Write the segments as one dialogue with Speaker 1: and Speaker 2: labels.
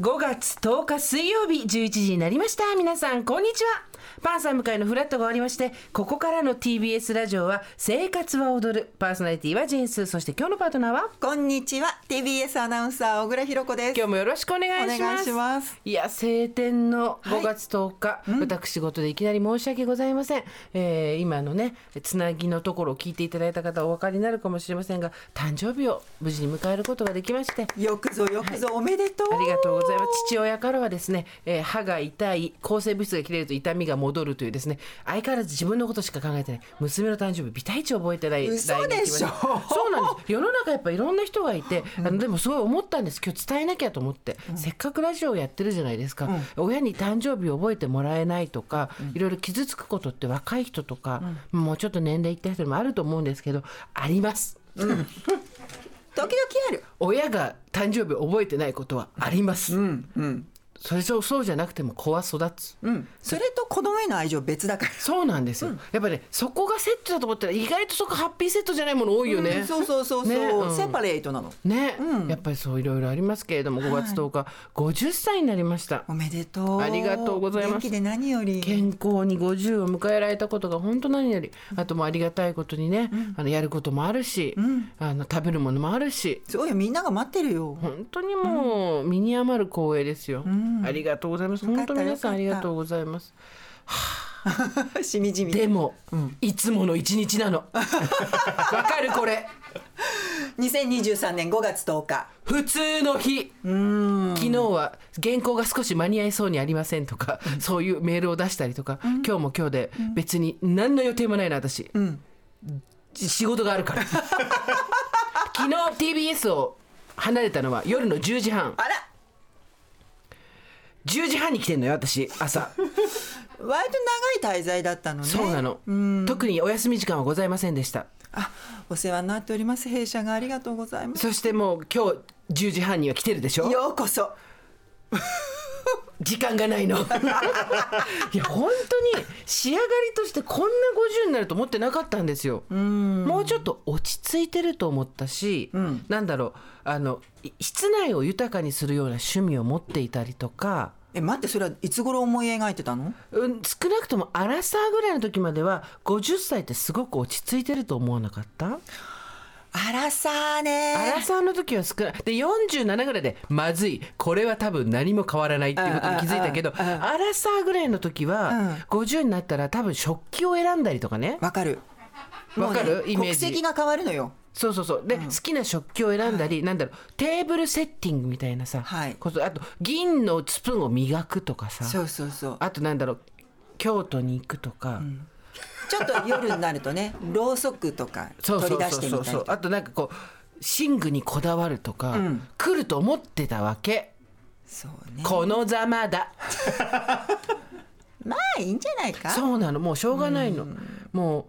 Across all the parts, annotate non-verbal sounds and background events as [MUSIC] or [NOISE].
Speaker 1: 5月10日水曜日11時になりました皆さんこんにちはパンサー向かいのフラットが終わりましてここからの TBS ラジオは「生活は踊る」パーソナリティはジェーンスーそして今日のパートナーは
Speaker 2: こんにちは TBS アナウンサー小倉弘子です
Speaker 1: 今日もよろしくお願いします
Speaker 2: お願いします
Speaker 1: いや晴天の5月10日、私事でいきなり申し訳ございません、えー今のねつなぎのところを聞いていただいた方はお分かりになるかもしれませんが誕生日を無事に迎えることができまして
Speaker 2: よくぞよくぞおめでとう、
Speaker 1: ありがとうございます。父親からはですね、えー歯が痛い、抗生物質が切れると痛みが戻るというですね、相変わらず自分のことしか考えてない、娘の誕生日、ビタ一覚えてない。
Speaker 2: 嘘でしょ
Speaker 1: LINE が来ましたそうなんです。世の中やっぱいろんな人がいて、あのでもすごい思ったんです。今日伝えなきゃと思って、せっかくラジオをやってるじゃないですか。親に誕生日を覚えてもらえないとか、いろいろ傷つくことって若い人とか、もうちょっと年齢いった人にもあると思うんですけど、あります。
Speaker 2: 時々ある
Speaker 1: 親が誕生日を覚えてないことはあります。
Speaker 2: うんうん
Speaker 1: それそうそうじゃなくても子は育つ、
Speaker 2: うんそれと子供への愛情別だから
Speaker 1: そうなんですよ、やっぱねそこがセットだと思ったら意外とそこハッピーセットじゃないもの多いよね、
Speaker 2: うんそうそうそうそう、
Speaker 1: ねうん
Speaker 2: セパレートなの
Speaker 1: ね、やっぱりそういろいろありますけれども5月10日、50歳になりました
Speaker 2: おめでとう
Speaker 1: ありがとうございます
Speaker 2: 元気で何より
Speaker 1: 健康に50を迎えられたことが本当何よりあともうありがたいことにね、あのやることもあるし、あの食べるものもあるし
Speaker 2: すごいよみんなが待ってる [LAUGHS] よ
Speaker 1: 本当にもう身に余る光栄ですよ、ありがとうございます
Speaker 2: よか
Speaker 1: 本
Speaker 2: った
Speaker 1: 当皆さん
Speaker 2: よかった
Speaker 1: ありがとうございます
Speaker 2: しみじみ
Speaker 1: でも、いつもの一日 [LAUGHS] なのわかるこれ
Speaker 2: 2023年5月10日
Speaker 1: 普通の日昨日は原稿が少し間に合いそうにありませんとか、そういうメールを出したりとか、今日も今日で別に何の予定もないな私、仕事がある [LAUGHS] から昨日 TBS を離れたのは夜の10時半
Speaker 2: あら
Speaker 1: 10時半に来てんのよ私朝
Speaker 2: 割と長い滞在だったのね
Speaker 1: そうなの、特にお休み時間はございませんでした
Speaker 2: あお世話になっております弊社がありがとうございます
Speaker 1: そしてもう今日10時半には来てるでしょ
Speaker 2: ようこそ
Speaker 1: 時間がない [LAUGHS] のいや本当に仕上がりとしてこんな50になると思ってなかったんですよもうちょっと落ち着いてると思ったし、なんだろうあのい室内を豊かにするような趣味を持っていたりとか、
Speaker 2: え待ってそれはいつ頃思い描いてたの
Speaker 1: うん、少なくともアラサーぐらいの時までは50歳ってすごく落ち着いてると思わなかった
Speaker 2: あらさーね
Speaker 1: アラサーの時は少ないで47ぐらいでまずいこれは多分何も変わらないっていうことに気づいたけど
Speaker 2: うんうんうん
Speaker 1: アラサーぐらいの時は50になったら多分食器を選んだりとかね
Speaker 2: わかる
Speaker 1: わかる
Speaker 2: もうね
Speaker 1: イメージ
Speaker 2: 国籍が変わるのよ
Speaker 1: そうそうそうで、好きな食器を選んだり、なんだろうテーブルセッティングみたいなさ、
Speaker 2: はい
Speaker 1: ことあと銀のスプーンを磨くとかさ
Speaker 2: そうそうそう
Speaker 1: あとなんだろう京都に行くとか。
Speaker 2: ちょっと夜になるとね [LAUGHS] ろうそくとか
Speaker 1: そう
Speaker 2: 取
Speaker 1: そ
Speaker 2: り
Speaker 1: う
Speaker 2: 出
Speaker 1: そう
Speaker 2: してみ
Speaker 1: そう
Speaker 2: た
Speaker 1: そ
Speaker 2: り
Speaker 1: う
Speaker 2: とか
Speaker 1: あとなんかこう寝具にこだわるとか、
Speaker 2: ん
Speaker 1: 来ると思ってたわけ
Speaker 2: そうね
Speaker 1: このざまだ
Speaker 2: まあいいんじゃないか
Speaker 1: そうなのもうしょうがないの、も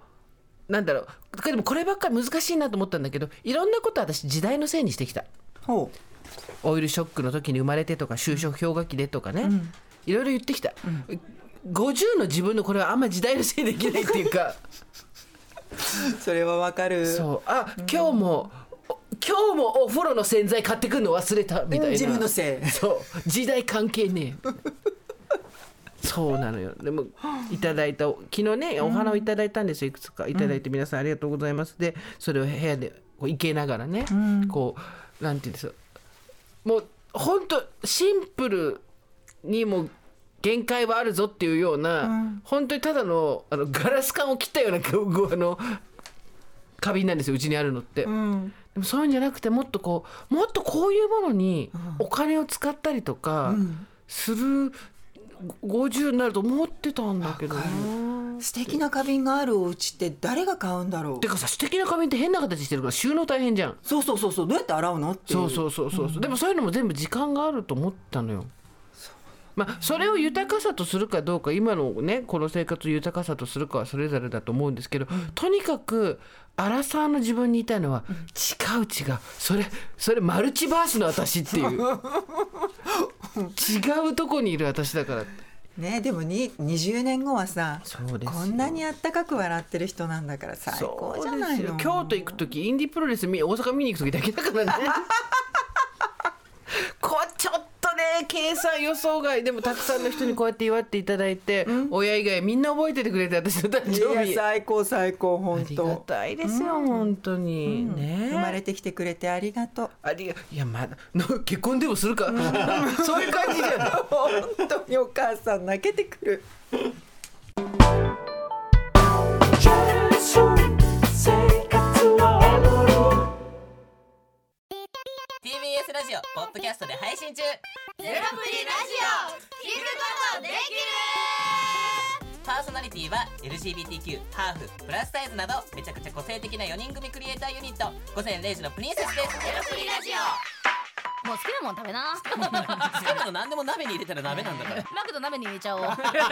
Speaker 1: うなんだろうでもこればっかり難しいなと思ったんだけどいろんなこと私時代のせいにしてきた
Speaker 2: ほ
Speaker 1: オイルショックの時に生まれてとか就職氷河期でとかね、いろいろ言ってきた、50の自分のこれはあんま時代のせいにできないっていうか
Speaker 2: う [LAUGHS] それはわかる
Speaker 1: そうあ今日も、お今日もお風呂の洗剤買ってくるの忘れたみたいな、
Speaker 2: うん自分のせ
Speaker 1: [LAUGHS]
Speaker 2: い
Speaker 1: そう時代関係ねえそうなのよでもいただいた昨日ねお花をいただいたんですよいくつかいただいて皆さんありがとうございますでそれを部屋でこう生けながらね、こうなんていうんですかもうほんとシンプルにもう限界はあるぞっていうような、本当にただのあのガラス管を切ったようなこうあの花瓶なんですようちにあるのって。
Speaker 2: うん
Speaker 1: でもそういうんじゃなくてもっとこうもっとこういうものにお金を使ったりとかする50になると思ってたんだけどな
Speaker 2: わか素敵な花瓶があるお家って誰が買うんだろう
Speaker 1: てかさ素敵な花瓶って変な形してるから収納大変じゃん
Speaker 2: そうそうそうそうどうやって洗うのっていう
Speaker 1: そうそうそうそう、でもそういうのも全部時間があると思ったのよまあ、それを豊かさとするかどうか今のねこの生活を豊かさとするかはそれぞれだと思うんですけど、とにかくアラサーの自分にいたいのは違う違うそれそれマルチバースの私っていう
Speaker 2: [LAUGHS]
Speaker 1: 違うとこにいる私だから
Speaker 2: ねでもに20年後はさ
Speaker 1: そうですよ
Speaker 2: こんなにあったかく笑ってる人なんだから最高じゃない
Speaker 1: そうで
Speaker 2: の
Speaker 1: すよ京都行く時インディプロ
Speaker 2: [LAUGHS]
Speaker 1: レス見大阪見に行く時だけだからねこうちょっとね計算予想外でもたくさんの人にこうやって祝っていただいて、親以外みんな覚えててくれて私の誕
Speaker 2: い
Speaker 1: 生
Speaker 2: や
Speaker 1: 日
Speaker 2: 最高最高本
Speaker 1: ありが
Speaker 2: 当
Speaker 1: たいですよ、本当に、ね
Speaker 2: 生まれてきてくれてありがとう
Speaker 1: ありがいやまだの結婚でもするか、 [LAUGHS] そういう感じじゃない
Speaker 2: 本当にお母さん泣けてくる
Speaker 3: TBS ラジオポッドキャストで配信中ゼロプリラジオ聞くことできるパーソナリティは LGBTQ ハーフプラスサイズなどめちゃくちゃ個性的な4人組クリエイターユニット午前0時のプリンセスですゼロプリラジ
Speaker 4: もう好きなもん食べな。
Speaker 3: オ好きなの何でも鍋に入れたら鍋なんだ [LAUGHS] から
Speaker 4: [LAUGHS] マクド鍋に入れち [LAUGHS] ゃおう。
Speaker 3: そしたら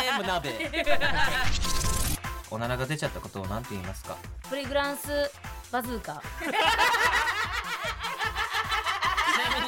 Speaker 3: 全部鍋おならが出ちゃったことを何て言いますか
Speaker 4: プリグランスバズーカ。
Speaker 3: ちなみ